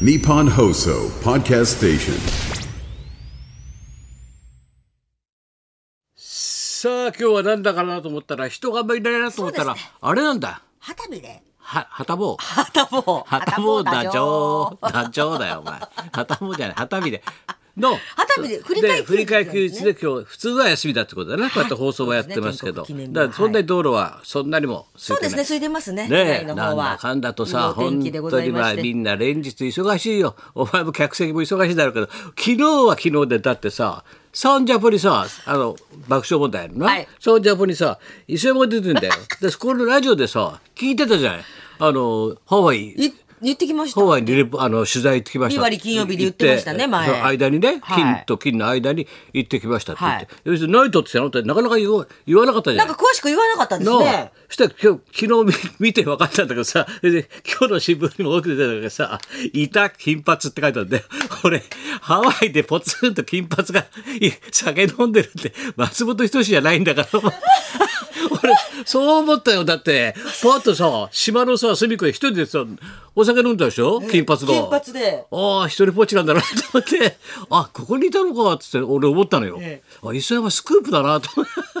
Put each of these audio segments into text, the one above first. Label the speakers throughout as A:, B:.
A: Nippon Hoso Podcast Station.
B: さあ今日はなんだかなと思ったら人があんまりいないなと思ったら、
C: そうですね
B: あれなんだ
C: 旗びで。
B: ははたぼう
C: はたぼう。
B: はたぼうダチョウダチョウだよお前はたぼうじゃないはたびでのは
C: たびで振り替え休日なんですね
B: 振り替え休日で今日普通は休みだってことだね、こうやって放送はやってますけど
C: そうですね全国記念日
B: だからそんなに道路はそんなにも空
C: そう
B: いて
C: です
B: な
C: ね、
B: い
C: 空いてます
B: ね
C: ね。
B: え
C: 都内の
B: な
C: 方
B: ん
C: は
B: だかんだとさ
C: いいお
B: 本
C: 天気でござ
B: 当に
C: い
B: ま
C: ま
B: あ
C: して
B: みんな連日忙しいよお前も客席も忙しいだろうけど昨日は昨日でだってさサンジャポにさあの爆笑問題のな、
C: はい
B: サンジャポにさ磯山が出てんだよでこのラジオでさ聞いてたじゃないあのハワイ
C: い言ってきました。
B: ハワイにレポあの取材行ってきました。
C: ビバリー金曜日で言ってましたね
B: 行っ
C: 前
B: その間にね、
C: はい
B: 金と金の間に行ってきましたって言って。要するに何とってたのってなかなか言わ言わなかったじゃ
C: なん
B: ん
C: か詳しく言わなかったですね。
B: そしたら今日昨日見見て分かったんだけどさで今日の新聞にも多く出てたんだけどさ「いた金髪」って書いてあるんで俺ハワイでポツンと金髪がい酒飲んでるって松本人志じゃないんだから 俺そう思ったよだってパッとさ島のさ隅っこで一人でさお酒飲んだでしょ金髪の。
C: 金髪で
B: ああ一人ぽっちなんだなと思ってあここにいたのかっつって俺思ったのよ、あ磯山スクープだなと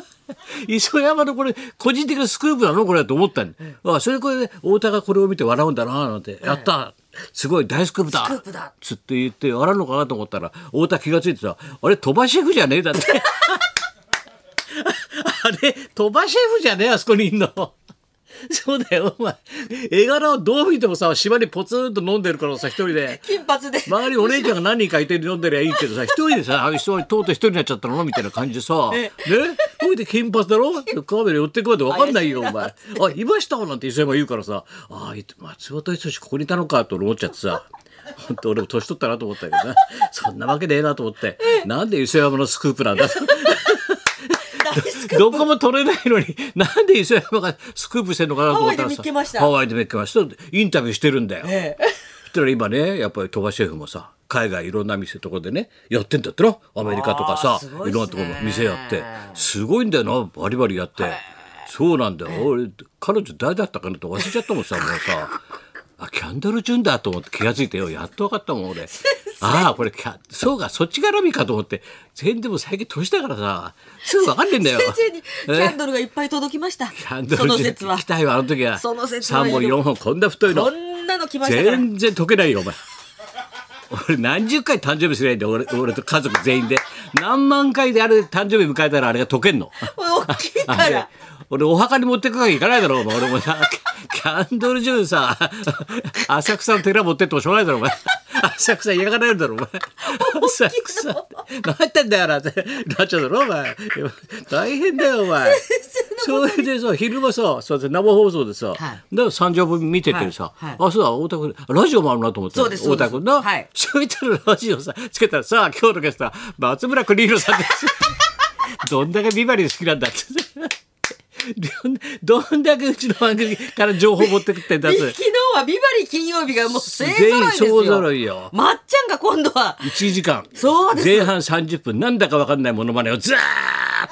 B: 磯山のこれ個人的なスクープなのこれと思ったの、あそれでこれで太田がこれを見て笑うんだななんて、やったすごい大スクープだ
C: スクープだ
B: つって言って笑うのかなと思ったら太田気がついてさ「あれ鳥羽シェフじゃねえ」だって あれ鳥羽シェフじゃねえあそこにいんの。そうだよお前絵柄をどう見てもさ島にポツンと飲んでるからさ一人 で
C: 金髪で。
B: 周りお姉ちゃんが何人かいて飲んでりゃいいけ どさ一人でさあ一人とうとう一人になっちゃったのみたいな感じでさねほいで金髪だろカメラ寄ってこないと分かんないよお前あいましたなんて磯山言うからさあいつ松本人志ここにいたのかと思っちゃってさ本当俺も年取ったなと思ったけどなそんなわけねえなと思ってなんで磯山のスクープなんだと
C: 大スクー プ
B: どこも取れないのに、なんで磯山がスクープしてんのかなと思ったらさ
C: ハワイで見っけました
B: ハワイで見っけました。インタビューしてるんだよ。
C: ええ
B: そしたら今ね、やっぱり鳥羽シェフもさ、海外いろんな店とこでね、やってんだってな。アメリカとかさ
C: あー、す
B: い
C: ごいっすね
B: ろんなとこも店やって。すごいんだよな、バリバリやって。そうなんだよ。俺、彼女誰だったかなと忘れちゃったもん さ、もうさ。あ、キャンドル・ジュンだと思って気がついてよ。やっと分かったもん、俺。ああ、これキャ、そうか、そっち絡みかと思って。全然でも最近年だからさ、すぐ分かんねえん だよ。
C: 先生にキャンドルがいっぱい届きました。
B: ハンドル
C: その説は
B: 行き。たいわあの時は
C: その説は
B: 3本4本こんな太いの
C: こんなの来ましたから。
B: 全然溶けないよお前俺何十回誕生日すりゃいいんだよ俺俺と家族全員で何万回であれ誕生日迎えたらあれが溶けんの
C: 大きいか
B: あれ
C: ら。
B: 俺お墓に持ってくわけいかないだろお前俺もさキャンドルジュンさ浅草の寺持ってってもしょうがないだろお前浅草嫌がられるだろお前浅草何やってんだよなってなっちゃうだろお前大変だよお 前それでさ昼間さそうやって生放送でさ、
C: い
B: だから三条分見ててさ、
C: はいはい
B: あそうだ太田君あラジオもあるなと思って
C: そうです
B: 太田
C: そう
B: 君
C: です
B: な、
C: はい
B: そういったらラジオさつけたらさ今日のゲストは松村邦弘さん です。どんだけビバリー好きなんだって。 どんどんだけうちの番組から情報持ってくってんだっ
C: 昨
B: て。
C: 日はビバリー金曜日がもう 勢
B: 全
C: 揃い
B: 員
C: です
B: 総
C: よ。
B: 揃いよ
C: まっちゃんが今度は
B: 1時間。
C: そうです
B: 前半30分、なんだかわかんないモノマネをずーっ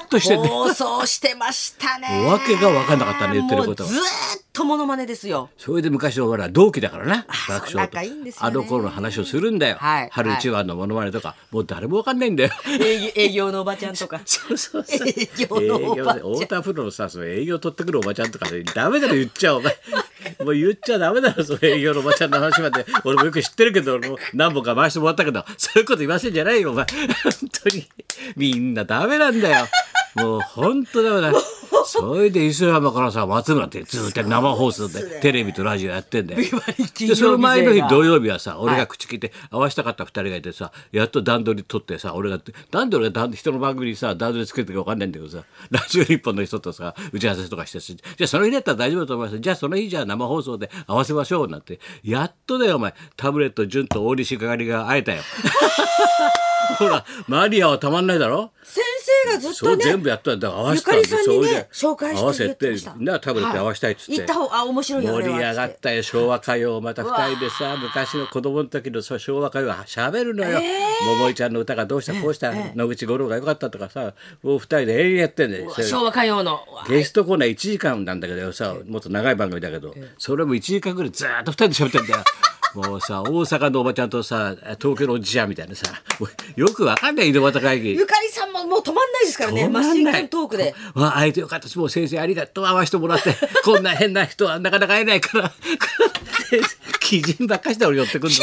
B: としてて。
C: 放送してましたね。
B: わけが分かんなかったね言ってることは
C: もうずーっとモノマネですよ。
B: それで昔の俺は同期だからな
C: あ
B: 爆
C: そう
B: 笑と
C: 仲いいんですよね
B: あの頃の話をするんだよ、
C: はい
B: 春一番のモノマネとかもう誰もわかんないん だよ
C: 営業営業のおばちゃんとか。
B: そうそうそう
C: 営業のおばちゃ
B: 営
C: ん
B: 業で太田プロのさその営業取ってくるおばちゃんとかでダメだろ言っちゃお前 もう言っちゃダメだろその営業のおばちゃんの話まで 俺もよく知ってるけど俺も何本か回してもらったけどそういうこと言わせんじゃないよお前 本当にみんなダメなんだよもう本当ダメだ それで磯山からさ松村ってずっと生放送でテレビとラジオやってんだよ
C: ビバリー金曜
B: で
C: 日勢が
B: その前の日土曜日はさ俺が口聞いて合わせたかった2人がいてさやっと段取り取ってさ俺が段取りが段人の番組にさ段取りつけてるか分かんないんだけどさラジオ日本の人とさ打ち合わせとかしてさじゃあその日だったら大丈夫だと思いますじゃあその日じゃあ生放送で合わせましょうなんてやっとだよお前タブレット潤と大西かがりが会え たよほらマリアはたまんないだろ
C: 先生がずっ
B: そ
C: と
B: う
C: ね。
B: 全部やったんだ合わせた
C: ゆかりさんにね
B: それで
C: 紹介して
B: 合わせ
C: くれ
B: て
C: ました
B: なタブレットで合わせたいっつって、
C: はい行った方あ面白いよあれ
B: 盛
C: は
B: り上がったよ昭和歌謡また
C: わ
B: 二人でさ昔の子供の時のそう昭和歌謡はしゃべるのよ、桃井ちゃんの歌がどうしたこうした、野口五郎が良かったとかさもう二人で永遠やってんだよそれ
C: 昭和歌謡の。
B: ゲストコーナー1時間なんだけどさもっと長い番組だけどそれも1時間ぐらいずーっと2人で喋ってんだよ もうさ大阪のおばちゃんとさ東京のおじちゃんみたいなさもうよくわかんない井戸端会議
C: ゆかりさんももう止まんないですからね。
B: 止ま
C: マ
B: んな
C: シ
B: い
C: ンガントークで。
B: わあ会えてよかったですもう先生ありがとう会わせてもら ってこんな変な人はなかなか会えないから 鬼人ばっかしで俺寄ってくる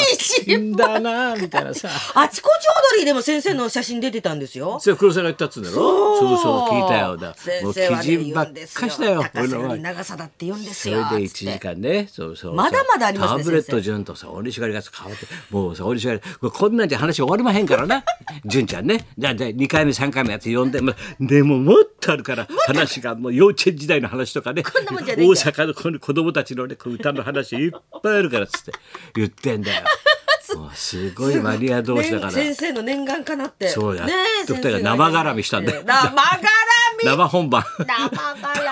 C: 鬼
B: のん
C: 人
B: だなみたいなさ
C: あちこち踊りでも先生の写真出てたんですよ。
B: それ黒沢が言ったっつうんだろそうそう聞いたよだ
C: 先
B: もう
C: 生は
B: 鬼
C: ね
B: 人ばっかしだよ俺
C: 言うんですよ高
B: の
C: 瀬
B: 前
C: に長さだって言うんです
B: そ
C: よ。
B: れで
C: つ
B: 一
C: って
B: 時間ね、そうそうそう
C: まだまだありますね
B: タブレッ
C: 先
B: ト
C: 生
B: 潤とさ、折しがりが変わって、もうさ、折しがり、これこんなんじゃ話終わりまへんからな。潤ちゃんね、だだ二回目三回目やって呼んで、までももっとあるから話がもう幼稚園時代の話とかね、
C: んなもんじゃねえん
B: 大
C: だ
B: 阪のこの子供たちのね、こう歌の話いっぱいあるからっつって言ってんだ よ。もうすごいマニア同士だから。
C: ね先生の念願かなって。
B: そうや
C: ねえ
B: っと二
C: 先
B: 人
C: 生
B: が生絡みしたんだよ
C: 生絡み
B: 生本番
C: 絡み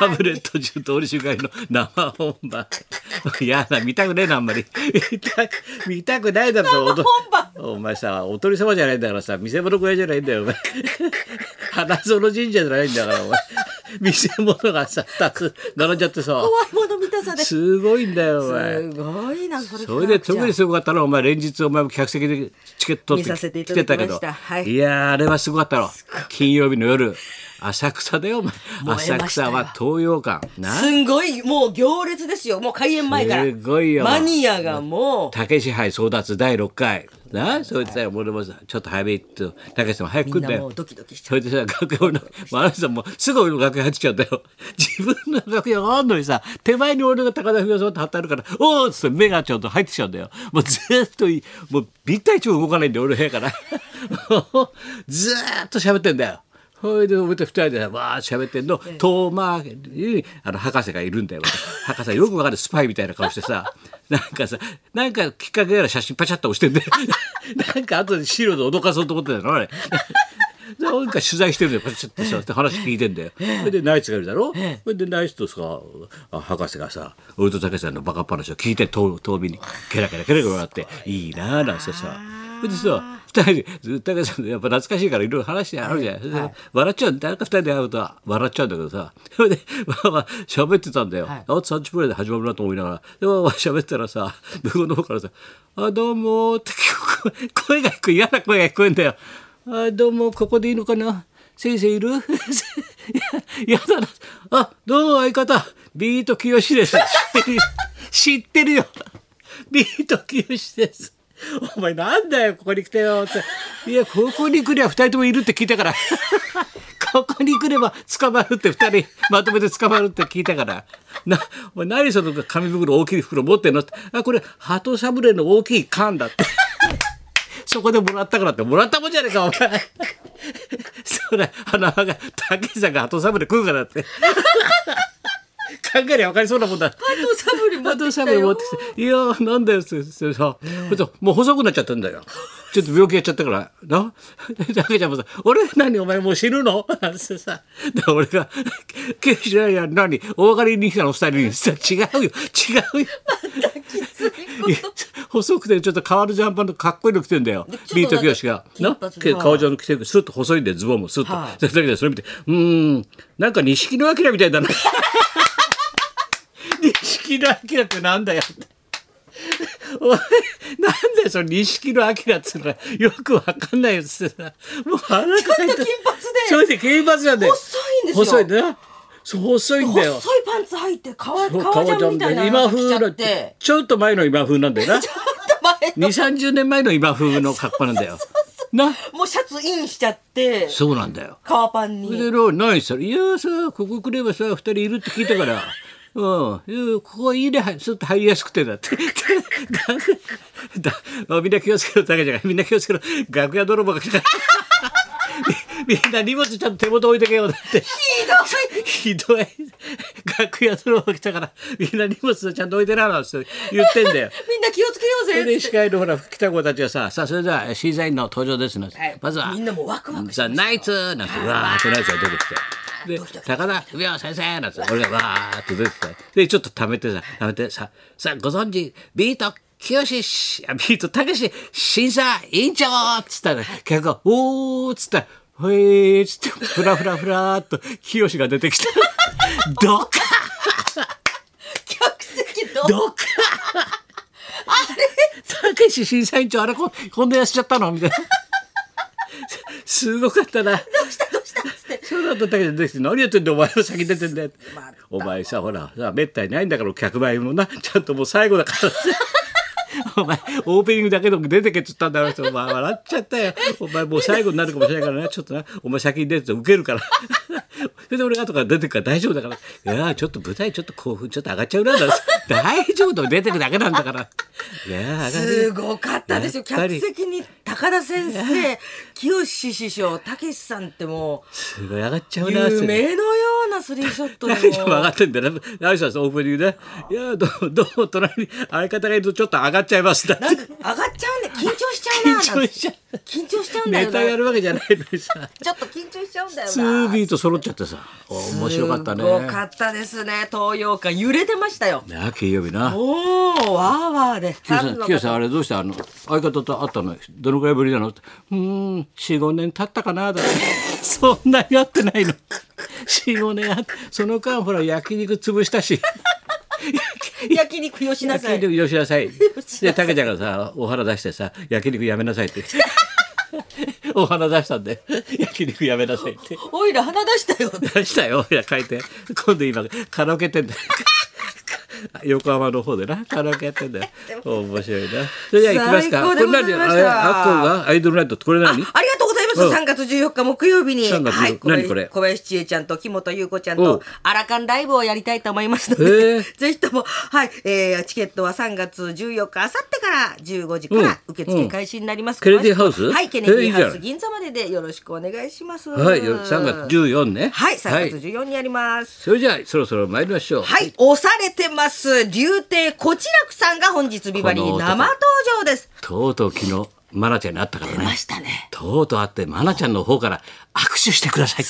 B: タブレット中と折しがりの生本番やだ見たくねえなあんまり見た見たくないだろ生
C: 本
B: お前さおとり様じゃないんだからさ見せ物小屋じゃないんだよお前花園神社じゃないんだからお前見せ物がさたく並んじゃってさ
C: 怖いもの見たさで。す
B: すごいんだよお前
C: ごいな、それ。
B: それで特に
C: そ
B: すごかったのはお前連日お前も客席でチケット取
C: 見さ
B: っ
C: せ
B: て
C: てい
B: 来て
C: ただき
B: た
C: ま
B: け
C: した
B: ど、
C: はい
B: やーあれはすごかったろ金曜日の夜浅草だよお前
C: 燃え
B: 浅
C: ましたよ
B: 草は東洋館なん
C: ごい、もう行列ですよ。もう開演前から。
B: すごいよ
C: マニア がもう。
B: 竹支配争奪第6回なそれでさ俺もさちょっと早めに行って竹さんも早く来んだ
C: みんなも
B: よ
C: うドキドキしち
B: それでさ楽屋の真さんもすぐ俺の楽屋入ってきちゃったよ自分の楽屋があんのにさ手前に俺が高田文夫さんって働るからおおっつって目がちょっと入ってきちゃうんだよもうずーっといもうびったりちょ動かないんだよ俺の部屋からずーっと喋ってんだよほいで、俺と二人でさわー喋ってんの、遠回りに、あの、博士がいるんだよ。博士、よくわかるスパイみたいな顔してさ、なんかさ、なんかきっかけやら写真パチャッと押してんで、なんか後で資料で脅かそうと思ってたの、あれ。 なんか取材してるんだよ、パチッとさ、って話聞いてんだよ。それで、ナイツがいるだろそれで、ナイツとさ、あ博士がさ、俺と武さんのバカっ話を聞いて、遠遠目に、ケラケラケラケラ笑って、いいなぁ、なんてさ。それでさ、二人で、ず武さんやっぱ懐かしいからいろいろ話してあるじゃん。それで笑っちゃうんだ、なんか二人で会うと笑っちゃうんだけどさ。それで、まあまあ、喋ってたんだよ。あと30分ぐらいで始まるなと思いながら。で、まあまあ喋ってたらさ、向こうの方からさ、あ、どうもーって聞こえ声が聞こえ、嫌な声が聞こえんだよ。あどうもここでいいのかな先生いる いややだなあどうも相方ビートきよしです知ってるよ知ってるよビートきよしですお前なんだよここに来たよっていやここに来りゃ二人ともいるって聞いたからここに来れば捕まるって二人まとめて捕まるって聞いたからなお前何その紙袋大きい袋持ってんのってあこれ鳩サブレーの大きい缶だってそこでもらったからってもらったもんじゃねえかお前それ花輪が竹さんが鳩サブレ食うからって考えりゃ分かりそうなもんだ
C: 鳩サブリ持って
B: 鳩
C: きた
B: サ
C: よ
B: ブレ持ってきて「いやーなんだよ」ってさ、ほんともう細くなっちゃったんだよちょっと病気やっちゃったからな竹ちゃんもさ「俺何お前もう死ぬの?」なんてさで俺が「ケイシラや何お別れに来たの二人に」さ違うよ違うよ」
C: きつい こ
B: いや細くてちょっと変わるジャンパンのかっこいいの着てんだよ
C: でちょっと
B: ビートきよしが
C: なん
B: な
C: か金髪の
B: 顔上の着てるスッと細いんでズボンもスッと、
C: は
B: だけどそれ見てうーんなんか錦野明みたいだな 錦野明ってなんだよってお前なんだよその錦野明っつうのはよくわかんないよっつってさもう話ちょっと
C: 金髪で
B: それで金髪なんだよ
C: 細いんですよ
B: 細いなそう細いんだよ
C: 細いパンツ履いて革革ジャンみたいなの
B: 今
C: が着ち
B: 風
C: ゃ
B: の
C: って
B: ちょっと前の今風なんだよ な
C: ちょっと前
B: 2
C: の
B: 三3 0年前の今風の格好なんだよ。な
C: もうシャツインしちゃって
B: そうなんだよ。
C: 革パン
B: それ
C: に
B: でろ何したら「いやさここ来ればさ2人いるって聞いたから」うん、いやここはいいね、はいちょっと入りやすくてだって。 だだみんな気をつけろ、だけじゃない。みんな気をつけろ。楽屋泥棒が来た。 みみんな荷物ちゃんと手元置いてけよ、だって。
C: ひどい
B: ひどい。楽屋泥棒が来たから、みんな荷物ちゃんと置いてな、なんて言ってんだよ。
C: みんな気をつけよう
B: それ
C: ぜ
B: で司会のほら来た子たちがさ「さあそれでは審査員の登場ですの」
C: はい
B: まずは
C: みんなもうワクワクし
B: ザ・ナイツ」なんてうわーってナイツが出てきて。で
C: ドキドキ
B: 高田文夫先生なんて俺がわーって出てきてでちょっと溜めてさ溜めてささあご存知ビートきよししあビートたけし審査委員長っつったら客が「おー」っつったら「ほえー」っつってふらふらふらーっときよしが出 てきたどか
C: 客席ど
B: どか
C: あれそ
B: いし審査員長あれここんな痩せちゃったのみた いなすごかったな
C: どうしたっつって。
B: そうだったんだけどです何やってんだよお前は先出てんだよお前さほらさめったにないんだからお客前もなちゃんともう最後だからさ お前オープニングだけでも出てけっつったんだろうお前笑っちゃったよお前もう最後になるかもしれないからなちょっとなお前先に出ててウケるから それで俺が後から出てくから大丈夫だからいやーちょっと舞台ちょっと興奮ちょっと上がっちゃうなだ大丈夫だよ出てくだけなんだからいやー上がる
C: すごかったですよ。
B: やっぱ
C: 客
B: り
C: 席に高田先生、清志師匠、たけしさんっても
B: すごい上がっちゃう
C: う、
B: なって
C: 夢のようなスリーショットで
B: ラ
C: も
B: イさんも上がってんだよね。ライさんオープニングで、いやどうどうも隣に相方がいるとちょっと上がっちゃいますだって
C: なんか上がっちゃうんで緊張しちゃうな
B: 緊張しちゃう
C: なんて緊張しちゃうんだよ
B: ネ
C: な
B: タやるわけじゃないのにさ、
C: ちょっと緊張しちゃうんだよな
B: 2ビート揃っちゃってさ、面白かったね
C: す。ごかったですね東洋館揺れてましたよ
B: な金曜日な。
C: おーわーわーで
B: キヨさん、
C: ファンの
B: キヨ
C: 方
B: さんあれどうしたあの相方と会ったのどのくらいぶりなのって、うーん、四五年経ったかなだって。 そんなに会ってないの。四五年会って、その間ほら焼肉潰したし。
C: 焼肉よしなさ
B: 焼
C: い
B: 肉よしなさい
C: し。
B: で、たけちゃんがさ、お腹出してさ、焼肉やめなさい って。お花出したんで、焼肉やめなさいって。
C: おいら鼻出したよ
B: 出したよ、いや、書いて。今度今、カラオケ店 で。横浜の方でな、カラオケやってんだよ。面白いな。それじゃあ行きますか。
C: 最高でございました
B: これ何あれアッコがアイドルナイトってこれ
C: ああり
B: 何
C: がとう
B: う
C: ございます、
B: ん
C: 3月14日木曜日に
B: 3月
C: はい、
B: 14何
C: 小林
B: これ
C: 小林千恵ちゃんと木本優子ちゃん
B: おう
C: とアラカンライブをやりたいと思いますの
B: へえ
C: で ぜひとも、はいえーチケットは3月14日あさってから15時か
B: うん
C: ら受付開始になります、
B: うんケネディハウス
C: はいケネデ
B: えーいい
C: ィ
B: じゃ
C: ハ
B: ない
C: ウス銀座まででよろしくお願いします
B: はい、よ3月14ね。
C: はい3月14にやります
B: それじゃあ、そろそろ参りましょう。
C: はい、押されてます竜亭こちらくさんが本日ビバリ
B: この
C: ー
B: 男
C: 生登場です
B: とうとう昨日、マナちゃんに会ったから
C: 出
B: ね
C: ま。したね
B: とうとう会って、まなちゃんの方から握手してください。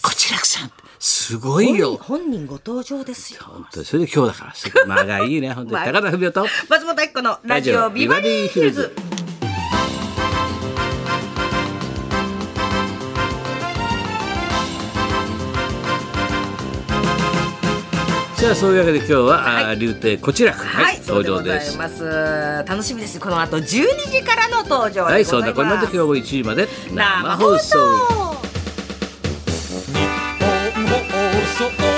B: こちらくさん。すごいよ。
C: 本人ご登場ですよ
B: 本当にそれで今日だからすごい。間がいいね。本当に。
C: まあ
B: 高田文夫と。
C: 松本明子のラジオビバリーヒルズ。
B: さあ、そういうわけで今日は、あ
C: は
B: ー竜亭こちらく。
C: は、
B: はいい、
C: そう
B: 登
C: で
B: 場で
C: ござい
B: す。
C: ます。楽しみです。この後12時からの登場でございます。
B: はい、そんなこんなで今日も1時まで
C: 生放送。
D: 放送